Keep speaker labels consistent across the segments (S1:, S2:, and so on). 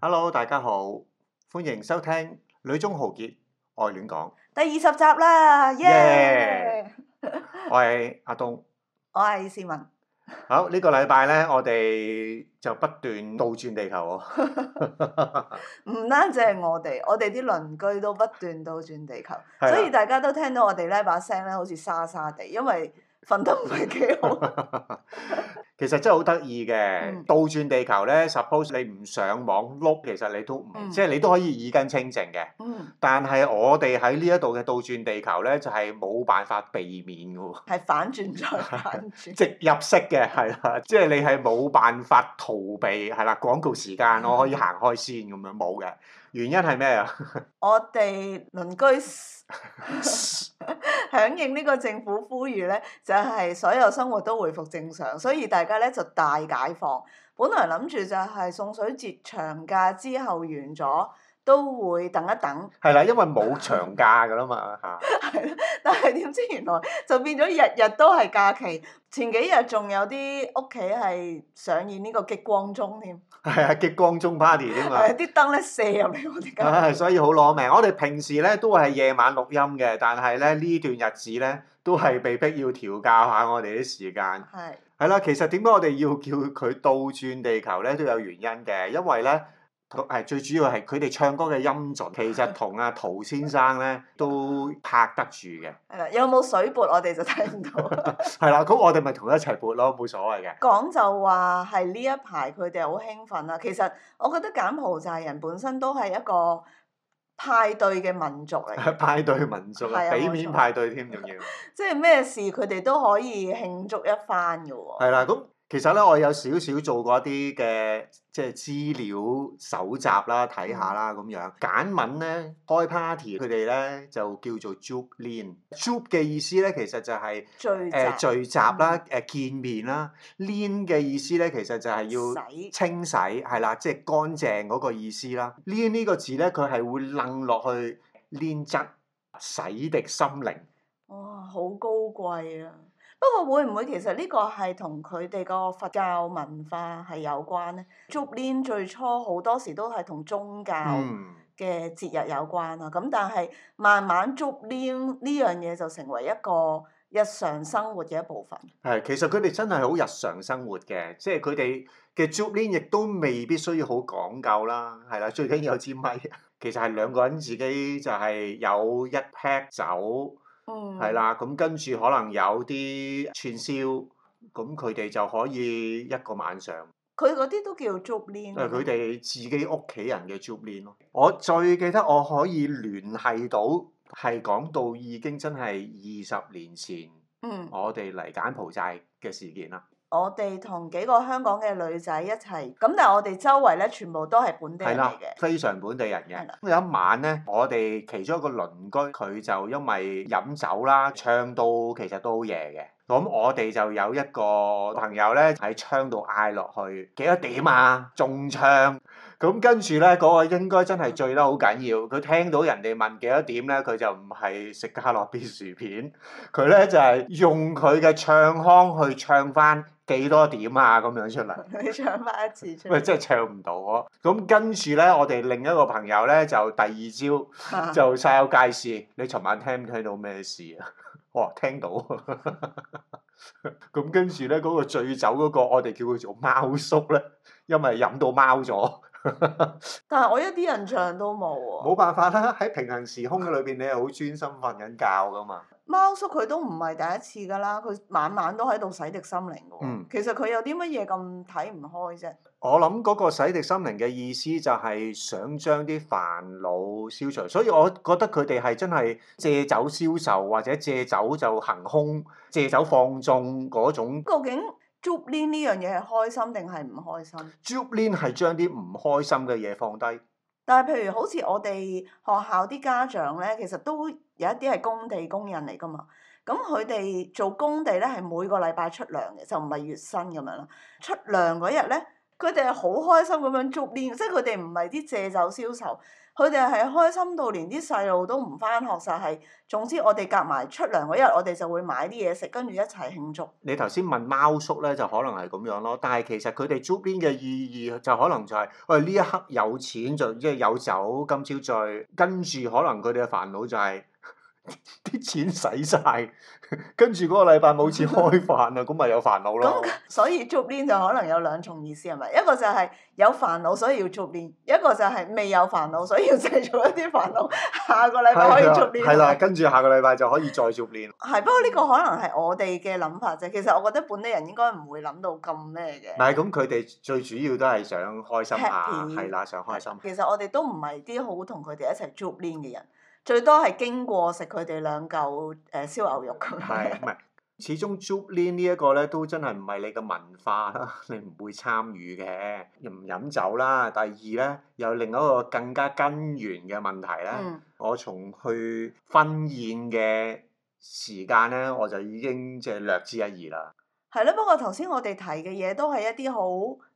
S1: Hello，大家好，歡迎收聽《女中豪傑愛戀 講》，
S2: 第二十集啦，耶、
S1: Yeah 我係阿東。
S2: 我係市民，
S1: 好，呢個禮拜咧，我哋就不斷倒轉地球喎。
S2: 唔單止係我哋，我哋啲鄰居都不斷倒轉地球，
S1: 係啦啊
S2: 所以大家都聽到我哋咧把聲咧好似沙沙地，因為瞓得唔係幾 好。
S1: 其實真係好得意嘅，
S2: 嗯
S1: 倒轉地球咧，suppose 你唔上網碌，其實你都唔，
S2: 嗯
S1: 即係你都可以耳根清淨嘅。
S2: 嗯，
S1: 但係我哋喺呢一度嘅倒轉地球咧，就係、冇辦法避免嘅喎。
S2: 係反轉再反 轉。
S1: 直入式嘅係啦， 即係你係冇辦法逃避係啦。廣告時間我可以行開先咁樣冇嘅，原因係咩啊？
S2: 我哋鄰居 響應呢個政府呼籲呢，就係、所有生活都回復正常，所以大家呢就大解放。本來諗住就係送水節長假之後完咗，都會等一等，
S1: 係啦，因為冇長假㗎啦嘛嚇，
S2: 但係點知原來就變咗日日都係假期。前幾日仲有啲屋企係上演呢個激光鐘添，
S1: 係啊，激光中 party 添嘛
S2: 係。啊啲燈呢射入嚟我哋間。
S1: 唉，所以好攞命。我哋平時咧都係夜晚錄音嘅，但係咧呢段日子咧都係被逼要調教下我哋啲時間。
S2: 係
S1: 係啦，其實點解我哋要叫佢倒轉地球咧，都有原因嘅，因為咧。係最主要係佢哋唱歌嘅音準，其 實同阿陶先生咧都拍得住嘅。
S2: 係啦，有冇水撥我哋就睇唔到。
S1: 係啦，咁我哋咪同佢一齊撥咯，冇所謂嘅。
S2: 講就話係呢一排佢哋好興奮啦。其實我覺得柬埔寨人本身都係一個派對嘅民族 嚟嘅，
S1: 派對民族啊，
S2: 係啊
S1: 俾
S2: 冇
S1: 面
S2: 錯
S1: 派對添，仲要。
S2: 即係咩事佢哋都可以慶祝一番嘅喎。
S1: 係啦，咁其實咧，我有少少做過一啲嘅即係資料搜集啦，睇下啦咁樣。簡文咧開 party，佢哋咧就叫做 jublin。jub 嘅意思咧，其實就係、
S2: 聚
S1: 誒、
S2: 集、
S1: 呃
S2: 啊嗯
S1: 聚集啦，誒、見面啦。lin 嘅意思咧，其實就係要
S2: 洗
S1: 清洗，係啦，即係乾淨嗰個意思啦。lin 呢個字咧，佢係會楞落去 lin 質，洗滌心靈。
S2: 哇，好高貴啊！不過會唔會其實呢個係同佢哋個佛教文化係有關呢？竹鏈最初好多時都係同宗教。
S1: 嗯。
S2: 嘅節日有關啦。咁但係慢慢捉黏呢樣嘢就成為一個日常生活嘅一部分。
S1: 係，其實佢哋真係好日常生活嘅，即係佢哋嘅 joblin 亦都未必需要好講究啦，係啦，最緊要有支咪。啊其實係兩個人自己就係有一 pack 酒，
S2: 嗯，
S1: 係。啦，咁跟住可能有啲串燒，咁佢哋就可以一個晚上，
S2: 佢嗰啲都叫啊捉黏。
S1: 誒佢哋自己屋企人嘅 joblin 咯。我最記得我可以聯繫到係講到已經真係二十年前
S2: 嗯，
S1: 我哋嚟柬埔寨嘅事件啦。
S2: 我哋同幾個香港嘅女仔一齊，咁但係我哋周圍咧全部都係本地
S1: 係
S2: 人
S1: 啦
S2: 嚟嘅，。
S1: 非常本地人嘅
S2: 係啦。
S1: 咁有一晚咧，我哋其中一個鄰居佢就因為飲酒
S2: 嗯
S1: 啦，唱到其實都好夜嘅。咁我哋就有一個朋友咧喺窗度嗌落去幾多點啊，仲唱。咁跟住咧，嗰、個應該真係醉得好緊要。佢聽到人哋問幾多點咧，佢就唔係食加樂 B 薯片，佢咧就係、用佢嘅唱腔去唱翻幾多點啊咁樣出嚟。
S2: 你唱翻一次出
S1: 喂，
S2: 嚟。
S1: 真係唱唔到喎！咁跟住咧，我哋另一個朋友咧就第二
S2: 啊
S1: 朝就晒有介事，你尋晚聽唔聽到咩事啊？ 我話聽到。 咁跟住咧，嗰、個醉酒嗰個，我哋叫佢做貓叔咧，因為飲到貓咗，
S2: 但係我一啲印象都冇喎。
S1: 冇辦法啦。喺平行時空嘅裏邊，你係好專心瞓緊覺噶嘛。
S2: 貓叔佢都唔係第一次㗎啦，佢晚晚都喺度洗滌心靈㗎喎。
S1: 嗯
S2: 其實佢有啲乜嘢咁睇唔開啫？
S1: 我諗嗰個洗滌心靈嘅意思就係想將啲煩惱消除，所以我覺得佢哋係真係借酒消愁或者借酒就行兇、借酒放縱嗰種。
S2: 究竟 j u b l i n 呢樣嘢係開心定係唔開心？
S1: Jublin 係將啲唔開心嘅嘢放低，
S2: 但係譬如好似我哋學校啲家長咧，其實都有一啲係工地工人嚟噶嘛。咁佢哋做工地咧係每個禮拜出糧嘅，就唔係月薪咁樣啦。出糧嗰日咧，佢哋係好開心咁樣捉呢，即係佢哋唔係啲借酒消愁，佢哋係開心到連啲細路都唔翻學晒。係總之我哋夾埋出糧嗰日，我哋就會買啲嘢食，跟住一齊慶祝。
S1: 你頭先問貓叔咧，就可能係咁樣咯。但係其實佢哋 j o b i n 嘅意義就可能就係、喂呢一刻有錢就即係有酒，今朝醉，跟住可能佢哋嘅煩惱就係、啲錢使晒，跟住嗰個禮拜冇錢開飯啊，咁咪有煩惱咯。
S2: 所以 j o b l i n 就可能有兩重意思係咪？一個就係有煩惱所以要 j o b l i n 一個就係未有煩惱所以要製造一啲煩惱，下個禮拜可以啊 j o b l i
S1: 係
S2: n
S1: 啦，跟住下個禮拜就可以再 j o b i n
S2: 係，不過呢個可能係我哋嘅諗法啫。其實我覺得本地人應該唔會諗到咁咩
S1: 唔
S2: 嘅。
S1: 係咁，佢哋最主要都係想開心下，
S2: Happy
S1: 係啦，想開心。
S2: 其實我哋都唔係啲好同佢哋一齊 j o b l i n 嘅人，最多係經過食佢哋兩嚿誒燒牛肉咁樣。
S1: 係啊唔係？始終 j u b l i n 呢一個咧，都真係唔係你嘅文化啦， 你唔會參與嘅，又唔飲酒啦。第二咧，有另一個更加根源嘅問題咧，
S2: 嗯，
S1: 我從去婚宴嘅時間咧，我就已經即係略知一二啦。
S2: 係咯。不過頭先我哋提嘅嘢都係一啲好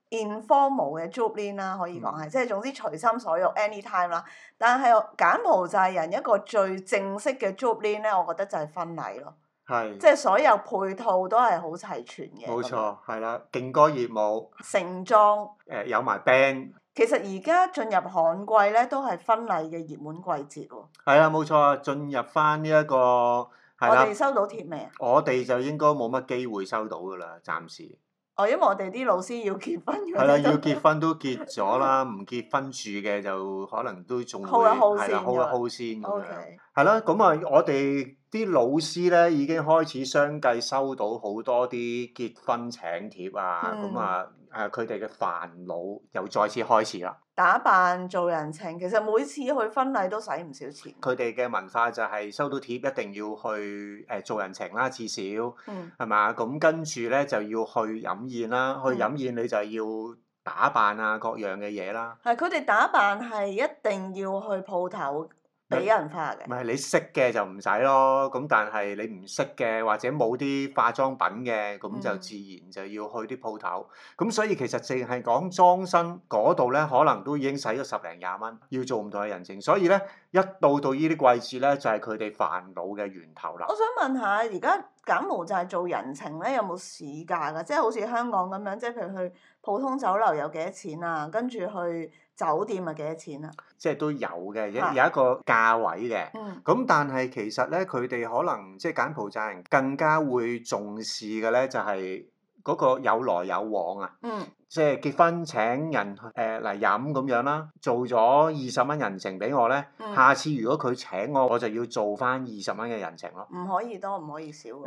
S2: informal 嘅 j o b l i n 啦，可以講
S1: 嗯
S2: 係，即係總之隨心所欲 anytime 啦。但係柬埔寨人一個最正式嘅 j o b l i n 咧，我覺得就係婚禮咯，
S1: 係
S2: 即，係所有配套都係好齊全嘅。
S1: 冇，錯，係啦，勁歌熱舞，
S2: 盛裝。
S1: 誒、有埋 band。
S2: 其實而家進入旱季咧，都係婚禮嘅熱門季節喎。
S1: 係啦，冇錯啊！進入翻呢一個係
S2: 我
S1: 啦
S2: 哋，收到貼未啊？
S1: 我哋就應該冇乜機會收到噶啦，暫時
S2: 哦，因為我哋啲老師要結婚
S1: 係啦，
S2: 嗰
S1: 要
S2: 啲都
S1: 結婚都結咗啦，唔結婚住嘅就可能都仲會
S2: 耗一耗
S1: 係啦，
S2: 先
S1: 好
S2: 㗎
S1: 一好先咁
S2: O
S1: 樣
S2: K，
S1: 係啦。咁啊，我哋啲老師咧已經開始相繼收到好多啲結婚請帖啊，
S2: 嗯
S1: 咁啊誒佢哋嘅煩惱又再次開始啦。
S2: 打扮做人情，其實每次去婚禮都使唔少錢。
S1: 佢哋嘅文化就係收到帖一定要去誒做人情啦，至少。
S2: 嗯，
S1: 係嘛？咁跟住咧就要去飲宴啦，去
S2: 嗯
S1: 飲宴你就要打扮啊，各樣嘅嘢啦。
S2: 係佢哋打扮係一定要去鋪頭俾人化嘅
S1: 唔。係你識嘅就唔使咯，咁但係你唔識嘅或者冇啲化妝品嘅，咁就
S2: 嗯
S1: 自然就要去啲鋪頭。咁所以其實淨係講裝身嗰度咧，可能都已經使咗十零廿蚊，要做唔同嘅人情。所以咧，一到到呢啲季節咧，就係佢哋煩惱嘅源頭啦
S2: 我。想問下，而家柬埔寨做人情咧有冇市價㗎？即係好似香港咁樣，即係譬如去普通酒樓有幾多錢啊？跟住去酒店啊幾多錢啊？
S1: 即係都有嘅，有
S2: 嚇
S1: 有一個價位嘅。
S2: 嗯。
S1: 咁但係其實咧，佢哋可能即係柬埔寨人更加會重視嘅咧，就係嗰個有來有往啊，
S2: 嗯，
S1: 即係結婚請人誒呃嚟飲咁樣啦，做咗二十蚊人情俾我咧，
S2: 嗯
S1: 下次如果佢請我，我就要做翻二十蚊嘅人情咯。
S2: 唔可以多，唔可以少
S1: 誒、
S2: 㗎。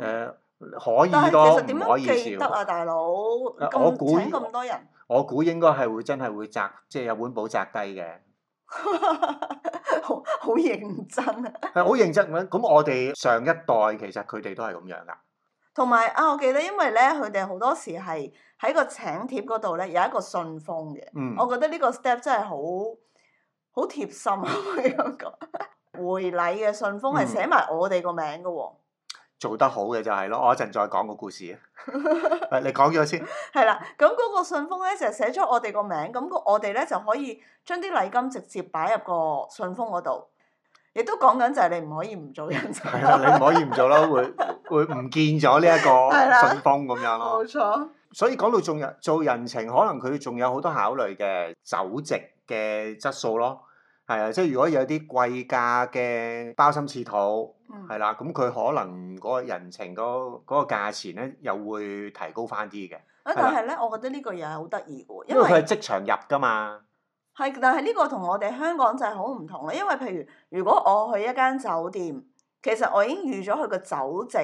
S1: 可
S2: 嗯但
S1: 以多
S2: 係其實
S1: 唔
S2: 點
S1: 可
S2: 樣記
S1: 以
S2: 得
S1: 少，
S2: 啊，大佬？咁
S1: 我估
S2: 請咁多人，
S1: 我估應該係會真係會擲，即係有本簿擲低嘅。
S2: 好好認真啊！
S1: 係好認真咁，咁我哋上一代其實佢哋都係咁樣噶，
S2: 同埋啊，我記得因為咧，佢哋好多時係喺個請帖嗰度咧有一個信封嘅，
S1: 嗯。
S2: 我覺得呢個 step 真係好好貼心啊！ 可以咁講，回禮嘅信封係
S1: 嗯
S2: 寫埋我哋個名嘅喎，
S1: 做得好嘅就係咯，我一陣再講個故事 啊。喂你講咗先，
S2: 係啦。咁嗰個信封咧就係寫咗我哋個名，咁個我哋咧就可以將啲禮金直接擺入個信封嗰度。亦都講緊就係你唔可以唔做人情。
S1: 係啊啦，你唔可以唔做啦，會會唔見咗呢一
S2: 係啦
S1: 個信封咁樣
S2: 冇
S1: 咯。
S2: 錯，啊
S1: 所以講到做人做人情，可能佢仲有好多考慮嘅酒席嘅質素咯。係啊，即係如果有啲貴價嘅鮑參翅肚，
S2: 嗯，
S1: 係啦，咁佢可能嗰個人情嗰嗰個價錢咧，又會提高翻啲嘅，
S2: 啊，
S1: 係啦
S2: 但係咧，我覺得呢個又係好得意嘅喎，
S1: 因
S2: 因
S1: 為佢係
S2: 為
S1: 即場入噶嘛。
S2: 係，但係呢個同我哋香港就係好唔同啦。因為譬如，如果我去一間酒店，其實我已經預咗佢個酒席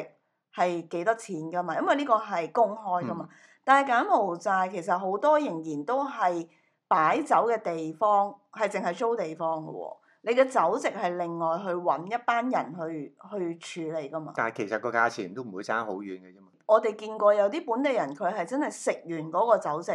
S2: 係幾多錢㗎嘛，因為呢個係公開㗎嘛。但係柬埔寨其實好多仍然都係擺酒嘅地方係淨係租地方嘅喎，你嘅酒席係另外去揾一班人去去處理㗎嘛。
S1: 但係其實個價錢都唔會爭好遠嘅啫嘛。
S2: 我哋見過有啲本地人佢係真係食完嗰個酒席，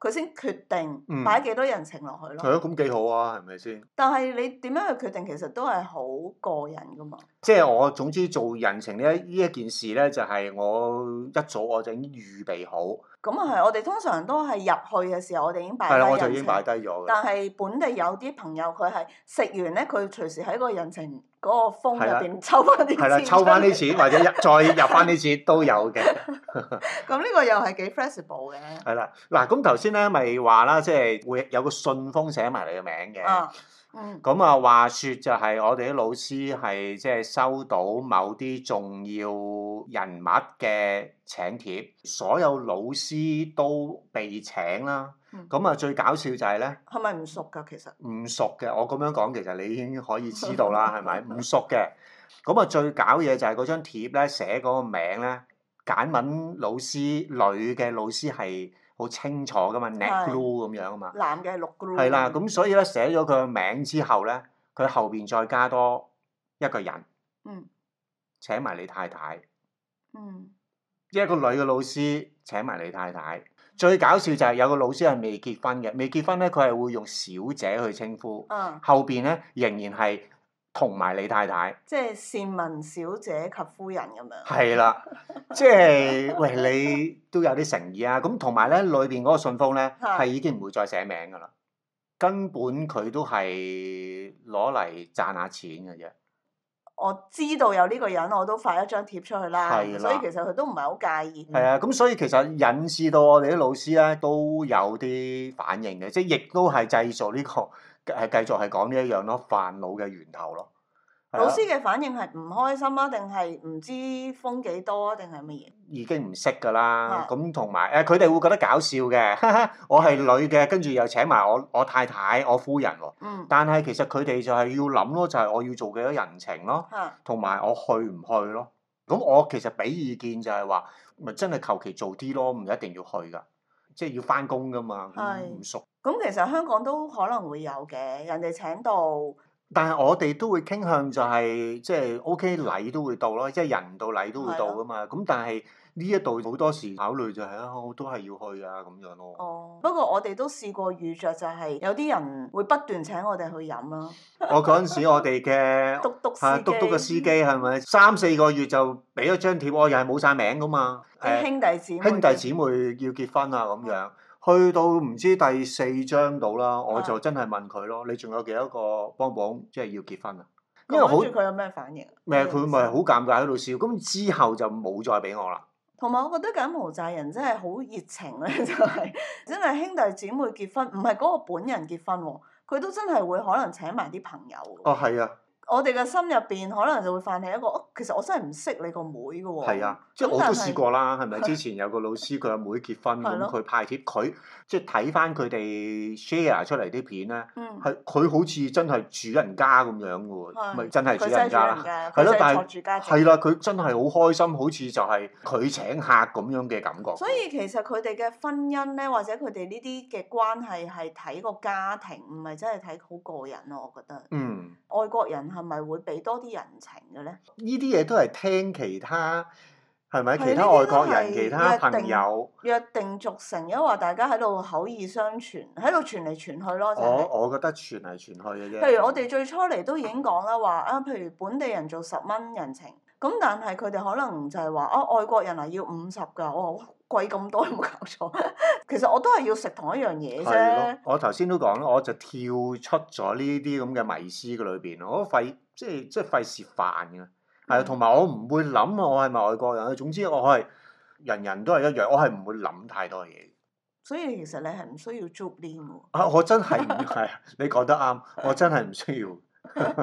S2: 佢先決定
S1: 嗯
S2: 擺幾多人情落去咯。
S1: 係咯，咁幾好啊，係咪先？
S2: 但係你點樣去決定，其實都係好個人噶嘛。
S1: 即係我總之做人情呢呢一件事咧，就係、我一早我就已經預備好，
S2: 咁啊係，我哋通常都係入去嘅時候，我哋已經擺
S1: 係啦，我
S2: 低
S1: 就
S2: 人
S1: 已
S2: 情
S1: 經。擺低咗嘅。
S2: 但係本地有啲朋友佢係食完咧，佢隨時喺個人情嗰個風
S1: 係啦
S2: 入邊抽翻啲
S1: 係啦，
S2: 錢
S1: 抽翻
S2: 出嚟
S1: 啲錢或者入再入翻啲錢都有嘅。
S2: 咁呢個又係幾 flexible 嘅。
S1: 係啦，嗱咁頭先咧咪話啦，即係會有個信封寫埋你嘅名嘅。
S2: 啊，嗯，
S1: 咁啊，話説就係我哋啲老師係即係收到某啲重要人物嘅請帖，所有老師都被請啦
S2: 嗯。
S1: 咁啊、最搞笑就係咧，
S2: 係咪唔熟㗎？其實
S1: 唔熟嘅，我咁樣講其實你已經可以知道啦，係咪？唔熟嘅，咁啊最搞嘢就係嗰張帖咧寫嗰個名咧，簡文老師女嘅老師係好清楚噶嘛 n e t glue 咁樣啊嘛。
S2: 男嘅係綠 group。
S1: 係啦，咁所以咧寫咗佢個名之後咧，佢後邊再加多一個人，
S2: 嗯
S1: 請埋你太太，
S2: 嗯
S1: 一個女嘅老師請埋你太太。最搞笑就係有個老師係未結婚嘅，未結婚咧佢係會用小姐去稱呼，
S2: 啊，
S1: 後邊咧仍然係同埋你太太。
S2: 即係善文小姐及夫人咁樣。
S1: 係啦，即係喂你都有啲誠意啊！咁同埋咧，裏邊嗰個信封 咧
S2: 係
S1: 係已經唔會再寫名噶啦，根本佢都係攞嚟賺下錢嘅啫。
S2: 我知道有呢個人，我都發一張貼出去啦。
S1: 係啦
S2: 所以其實佢都唔係好介意。
S1: 係啊，咁所以其實引致到我哋啲老師咧都有啲反應嘅，即係亦都係製造呢、個係繼續係講呢一樣咯，煩惱嘅源頭咯。係啊
S2: 老師嘅反應係唔開心啊，定係唔知封幾多啊，定係乜嘢？
S1: 已經唔識㗎啦，
S2: 啊
S1: 咁同埋誒佢哋會覺得搞笑嘅， 哈哈我係女嘅，跟住又請埋我我太太、我夫人喎。
S2: 嗯
S1: 但係其實佢哋就係要諗咯，就係、我要做幾多人情咯，
S2: 嚇
S1: 同埋我去唔去咯。咁我其實俾意見就係話，咪真係求其做啲咯，唔一定要去㗎，即係要翻工㗎嘛，咁
S2: 係
S1: 唔熟。
S2: 咁其實香港都可能會有嘅，人哋請到
S1: 但係我哋都會傾向就係、即係 O.K. 禮都會到咯，即係人到禮都會到噶嘛。咁但係呢一度好多時考慮就係、啊，我都係要去啊咁樣咯。
S2: 哦。不過我哋都試過遇着就係有啲人會不斷請我哋去飲啦，
S1: 我嗰陣時我哋嘅
S2: 篤篤司
S1: 啊
S2: 機
S1: 嘟嘟嘅司機係咪三四個月就俾咗張貼，我又係冇晒名噶嘛。誒、
S2: 啲兄弟姊妹
S1: 兄弟姊妹要結婚啊咁樣。去到唔知第四張到啦，
S2: 啊
S1: 我就真係問佢咯，你仲有幾多個幫幫即係要結婚啊？因為
S2: 咁
S1: 好
S2: 跟住佢有嗯咩反應？啊
S1: 咩佢咪好尷尬喺度笑，咁之後就冇再俾我啦。
S2: 同埋我覺得柬埔寨人真係好熱情咧， 就係真係兄弟姊妹結婚，唔係嗰個本人結婚喎，佢都真係會可能請埋啲朋友喎。
S1: 哦，係啊，
S2: 我哋嘅心入邊可能就會泛起一個，哦其實我真係唔識你個妹嘅喎。
S1: 係啊，即係我都
S2: 咁但
S1: 試
S2: 係
S1: 過啦，係咪？之前有個老師佢阿妹結婚，
S2: 係
S1: 咁
S2: 咯
S1: 佢派貼，佢即係睇翻佢哋 share 出嚟啲片咧，
S2: 嗯，
S1: 係佢好似真係主人家咁樣嘅喎，
S2: 係
S1: 咪真係主
S2: 佢
S1: 人
S2: 真係主
S1: 家
S2: 人
S1: 啦。
S2: 家，
S1: 係
S2: 佢
S1: 咯
S2: 真
S1: 但係
S2: 係坐住家姐。
S1: 係啦，佢真係好開心，好似就係佢請客咁樣嘅感覺。
S2: 所以其實佢哋嘅婚姻咧，或者佢哋呢啲嘅關係係睇個家庭，唔係真係睇好個人啊咯。我覺得
S1: 嗯，
S2: 外國人係咪會俾多啲人情嘅咧？
S1: 呢啲嘢都係聽其他係咪
S2: 係
S1: 其
S2: 呢
S1: 他
S2: 啲
S1: 外國
S2: 都
S1: 人、
S2: 係
S1: 其他
S2: 約定
S1: 朋友。
S2: 約定俗成，因為大家喺度口耳相傳，喺度傳嚟傳去咯，就係、
S1: 我我覺得傳嚟傳去嘅啫。
S2: 譬如我哋最初嚟都已經講啦，話啊，譬如本地人做十蚊人情，咁但係佢哋可能就係話啊，外國人啊要五十㗎，我話哇貴咁多有冇搞錯？ 其實我都係要食同一樣嘢
S1: 係咯
S2: 啫，，
S1: 我頭先都講啦，我就跳出咗呢啲咁嘅迷思嘅裏邊，我費即係即係費事煩嘅，係啊，
S2: 嗯
S1: 同埋我唔會諗啊我係咪外國人，總之我係人人都係一樣，我係唔會諗太多嘢。
S2: 所以其實你係唔需要 j o b l i n 嘅
S1: 啊，我真係唔係，你講得啱，我真係唔需要。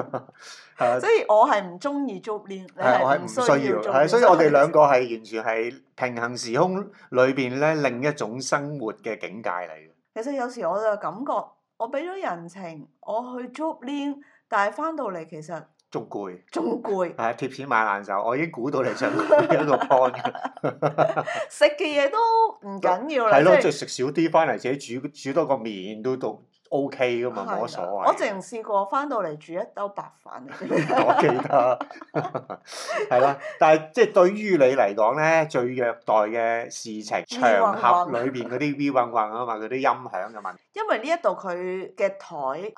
S1: 係
S2: 喎，
S1: 啊
S2: 所以我係唔中意 j o b l i n 你
S1: 係，啊我係
S2: 係
S1: 唔
S2: 唔
S1: 需
S2: 需
S1: 要，
S2: 要
S1: 係，所以我哋兩
S2: 個
S1: 個係完全係平行時空裏邊咧另一種生活嘅境界嚟嘅。
S2: 其實有時我就感覺我俾咗人情，我去 j o b l i n 但係翻到嚟其實
S1: 仲攰，
S2: 仲攰。
S1: 係啊貼錢買難受，我已經估到你想講呢一個 point 㗎
S2: 食嘅嘢都唔緊要啦，
S1: 係
S2: 即
S1: 咯，
S2: 係
S1: 即係食少啲，翻嚟自己煮煮多個面都到 O K 噶嘛，
S2: 係
S1: 啊冇乜所
S2: 啦
S1: 謂。
S2: 我淨試過翻到嚟煮一兜白 飯。
S1: 我記得 係啦，但係即係對於你嚟講咧，最虐待嘅事情，場合裏邊嗰啲 V 混混啊嘛，嗰啲音響嘅問題，
S2: 因為呢一度佢嘅台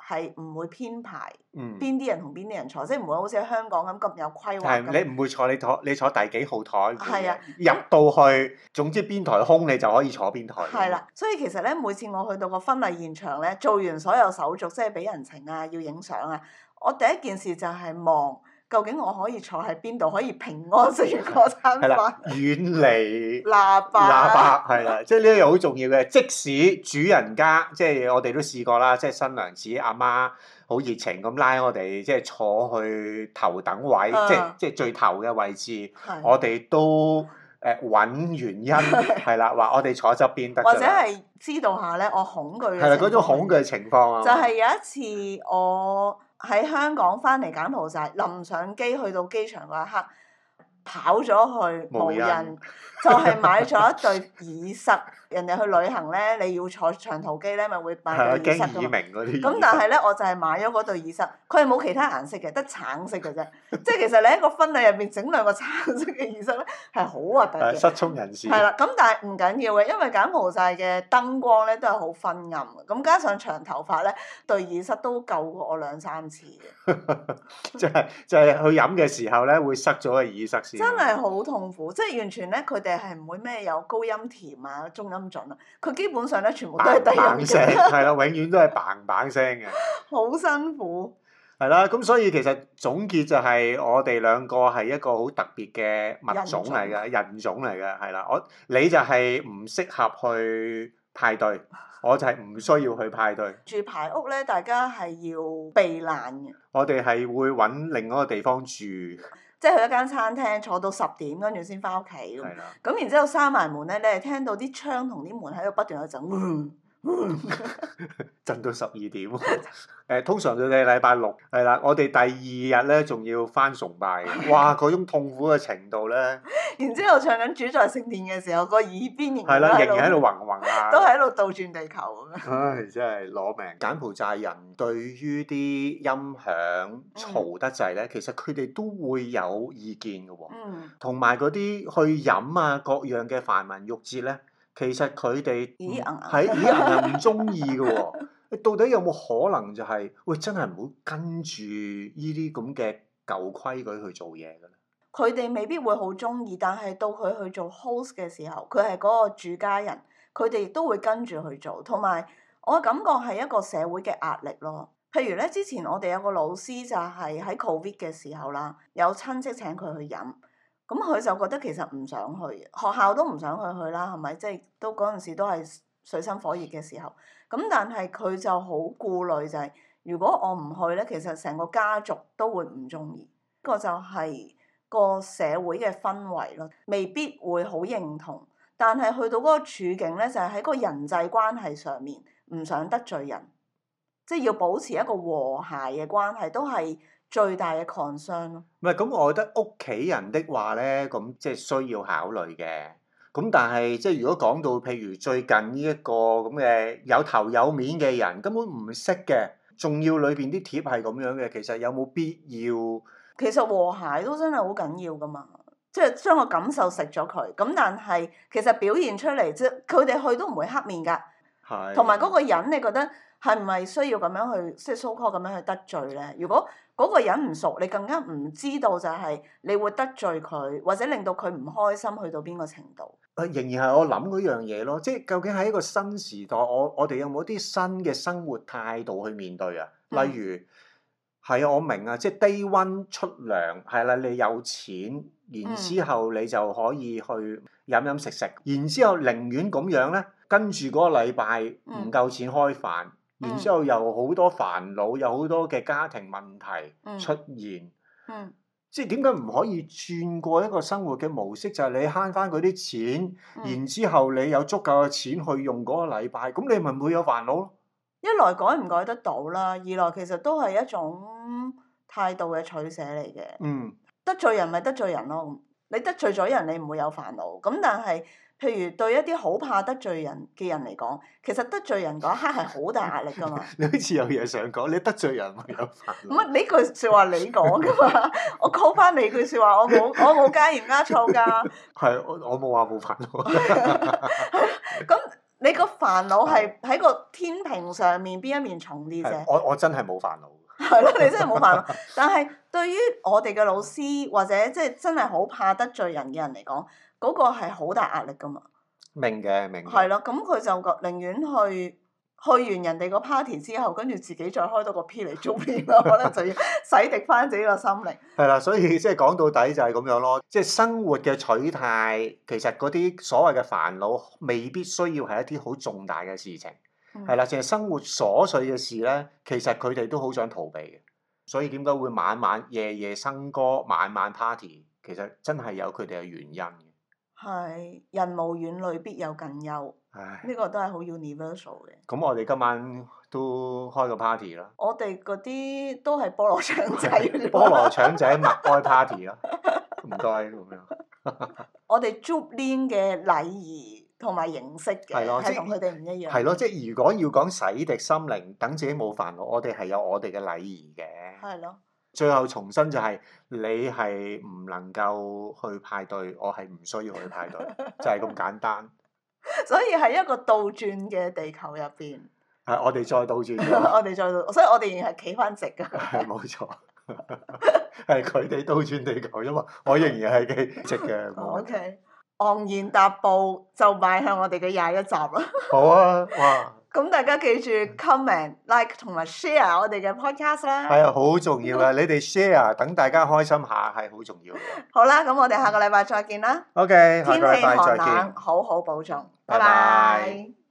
S2: 係唔會編排
S1: 嗯，
S2: 邊啲人同邊啲人坐，即係唔會好似喺香港咁咁有規劃
S1: 係
S2: 咁。
S1: 你唔會坐你坐你坐第幾號台，唔會
S2: 係啊
S1: 嘅，入到去，總之邊台空你就可以坐邊台。
S2: 係啦，，所以其實咧，每次我去到個婚禮現場咧，做完所有手續，即係俾人情啊，要影相啊，我第一件事就係望究竟我可以坐喺邊度，可以平安食完嗰餐
S1: 係
S2: 飯
S1: 啦。，遠離。
S2: 喇叭，
S1: 喇叭係啦，即係呢樣好重要嘅。即使主人家，即係我哋都試過啦，即係新娘子阿媽好熱情咁拉我哋，即係坐去頭等位，
S2: 嗯
S1: 即係即係最頭嘅位置，
S2: 係
S1: 我哋都誒揾、原因 係啦，話我哋坐側邊得㗎啦。
S2: 或者係知道下咧，我恐懼嘅
S1: 係啦，
S2: 情
S1: 嗰種
S2: 況
S1: 恐懼情況啊，
S2: 就係有一次我喺香港翻嚟柬埔寨，臨上機去到機場嗰一刻，跑咗去無
S1: 無印
S2: 印，就係買咗一對耳塞。人哋去旅行咧，你要坐長途機咧，咪會買
S1: 係啊，
S2: 對
S1: 經
S2: 耳塞
S1: 耳
S2: 㗎嘛。
S1: 鳴嗰啲。
S2: 咁但係咧，我就係買咗嗰對耳塞，佢係冇其他顏色嘅，得橙色嘅啫。即係其實你喺個婚禮入邊整兩個橙色嘅耳塞咧，係好核突
S1: 係
S2: 嘅。
S1: 啊失聰人士，
S2: 係啦，咁但係唔緊要嘅，因為柬埔寨嘅燈光咧都係好昏暗嘅，咁加上長頭髮咧，對耳塞都救過我兩三次嘅，
S1: 即係就係去飲嘅時候咧，會塞咗個耳塞先。
S2: 真係好痛苦，即係完全咧佢哋係唔會咩有高音甜啊、中音準啊，佢基本上咧全部都係低音
S1: 砰聲，
S2: 嘅，
S1: 係啦，永遠都係砰砰聲嘅。
S2: 好辛苦。
S1: 係啦，咁所以其實總結就係我哋兩個係一個好特別嘅物種嚟嘅人種嚟嘅，係啦，我你就係唔適合去派 對，我就係唔需要去派對，
S2: 住排屋咧，大家係要避難嘅，
S1: 我哋係會揾另外一個地方住，
S2: 即係去一間餐廳坐到十點，跟住先翻屋企咁。
S1: 係 啦，
S2: 咁然之後閂埋門咧，你係聽到啲窗同啲門喺度不斷去震，嗡嗡
S1: 震到十二點。誒，通常到你禮拜六係啦，我哋第二日咧仲要翻崇 拜嘅，哇！嗰種痛苦嘅程度咧，
S2: 然之後唱緊主宰聖殿嘅時候，個耳邊仍
S1: 係啦，
S2: 然
S1: 仍然喺
S2: 喺
S1: 度
S2: 度，
S1: 混混啊，
S2: 都喺度倒轉地球咁 樣。
S1: 唉，真係攞命！柬埔寨人對於啲音響嘈得滯咧，其實佢哋都會有意見嘅喎、
S2: 嗯，
S1: 同埋嗰啲去飲啊各樣嘅繁文縟節咧，其實佢哋
S2: 咦啊硬
S1: 係
S2: 硬
S1: 咦硬硬唔中意嘅 喎。到底有冇可能就係、喂真係唔好跟住呢啲咁嘅舊規矩去做嘢嘅咧？
S2: 佢哋未必會好中意，但係到佢去做 host 嘅時候，佢係嗰個主家人，佢哋亦都會跟住去做。同埋我感覺係一個社會嘅壓力咯。譬如咧，之前我哋有個老師就係喺 Covid 嘅時候啦，有親戚請佢去飲。咁佢就覺得其實唔想去，學校都唔想佢去啦，係咪？即係都嗰陣時都係水深火熱嘅時候。咁但係佢就好顧慮就係、如果我唔去咧，其實成個家族都會唔中意。呢個就係個社會嘅氛圍咯，未必會好認同。但係去到嗰個處境咧，就係、喺個人際關係上面，唔想得罪人，即係要保持一個和諧嘅關係，都係最大嘅 concern 咯。
S1: 唔係咁，我覺得屋企人的話咧，咁即係需要考慮嘅。咁但係即係如果講到譬如最近呢一個咁嘅有頭有面嘅人，根本唔識嘅，仲要裏邊啲貼係咁樣嘅，其實有冇必要？
S2: 其實和諧都真係好緊要噶嘛，即係將個感受食咗佢。咁但係其實表現出嚟，即係佢哋去都唔會黑面㗎。
S1: 係
S2: 同埋嗰個人，你覺得係咪需要咁樣去即係 so call 咁樣去得罪咧？如果嗰個人唔熟，你更加唔知道就係你會得罪佢，或者令到佢唔開心去到邊個程度。
S1: 啊仍然係我諗嗰樣嘢咯，即係究竟喺一個新時代，我我哋有冇啲新嘅生活態度去面對啊？
S2: 嗯
S1: 例如係啊，我明啊，即係低温出糧係啦，你有錢，然
S2: 嗯
S1: 之後你就可以去飲飲食食，然之後寧願咁樣咧，跟住嗰個禮拜唔
S2: 嗯
S1: 夠錢開飯，然之後又好多煩惱，有好多嘅家庭問題
S2: 嗯
S1: 出現。
S2: 嗯
S1: 即係點解唔可以轉過一個生活嘅模式？就係、你慳翻嗰啲錢。
S2: 嗯
S1: 然之後你有足夠嘅錢去用嗰個禮拜，咁你咪唔會有煩惱咯。
S2: 一來改唔改得到啦，二來其實都係一種態度嘅取捨嚟嘅。
S1: 嗯，
S2: 得罪人咪得罪人咯。你得罪咗人，你唔會有煩惱。咁但係，譬如對一啲好怕得罪人嘅人嚟講，其實得罪人嗰一刻係好大壓力㗎嘛。
S1: 嗯你好似有嘢想講，你得罪人咪有煩惱
S2: 唔係呢句説話你講 㗎嘛，我 call 翻你句説話，我冇我冇加鹽加醋㗎。
S1: 係我我冇話冇煩惱，
S2: 咁你個煩惱
S1: 啊
S2: 係喺個天平上面邊一面重啲啫
S1: 係？我我真係冇煩惱。
S2: 係咯，你真係冇辦法。但係對於我哋嘅老師或者即係真係好怕得罪人嘅人嚟講，嗰、個係好大壓力噶嘛。
S1: 明嘅明嘅。
S2: 係咯，咁佢就覺寧願去去完人哋個 party 之後，跟住自己再開多個 P 嚟做 片咯，可能就要洗滌翻自己個心靈。
S1: 係啦，所以即 係講到底就係咁樣咯，即係生活嘅取態，其實嗰啲所謂嘅煩惱未必需要係一啲好重大嘅事情，
S2: 嗯
S1: 係啦，淨係生活瑣碎嘅事咧，其實佢哋都好想逃避嘅，所以點解會晚晚夜夜笙歌、晚晚 party，其實真係有佢哋嘅原因嘅。
S2: 係人無遠慮，必有近憂，
S1: 唉，
S2: 呢、個都係好 universal 嘅。
S1: 咁我哋今晚都開個 party 啦，
S2: 我哋嗰啲都係菠 蘿腸仔，啊
S1: 菠蘿腸仔默哀 party 啦，唔該咁樣。
S2: 我哋 j u b l i n 嘅禮儀同埋形式嘅
S1: 係，咯即
S2: 係
S1: 係
S2: 同佢哋唔一樣。
S1: 係咯，即係如果要講洗滌心靈，等自己冇煩惱，我哋係有我哋嘅禮儀嘅。
S2: 係咯，
S1: 最後重申就係、你係唔能夠去派對，我係唔需要去派對，就係咁簡單。
S2: 所以喺一個倒轉嘅地球入邊，
S1: 係我哋再倒轉咗，
S2: 我哋再到，所以我哋仍然係企翻直 噶。
S1: 係冇錯。係佢哋倒轉地球啫嘛，我仍然係幾直嘅。 冇
S2: O
S1: 問題
S2: K，昂然踏步就邁向我哋嘅廿一集啦。
S1: 好啊，哇，
S2: 咁大家記住 comment、like 同埋 share 我哋嘅 podcast 啦。
S1: 係啊，好重要啊！你哋 share，等大家開心下係好重要嘅。
S2: 好啦，咁我哋下個禮拜再見啦。
S1: OK，
S2: 天
S1: 下
S2: 氣
S1: 個禮拜
S2: 寒
S1: 再見
S2: 冷，。好好保重。
S1: 拜拜
S2: 拜拜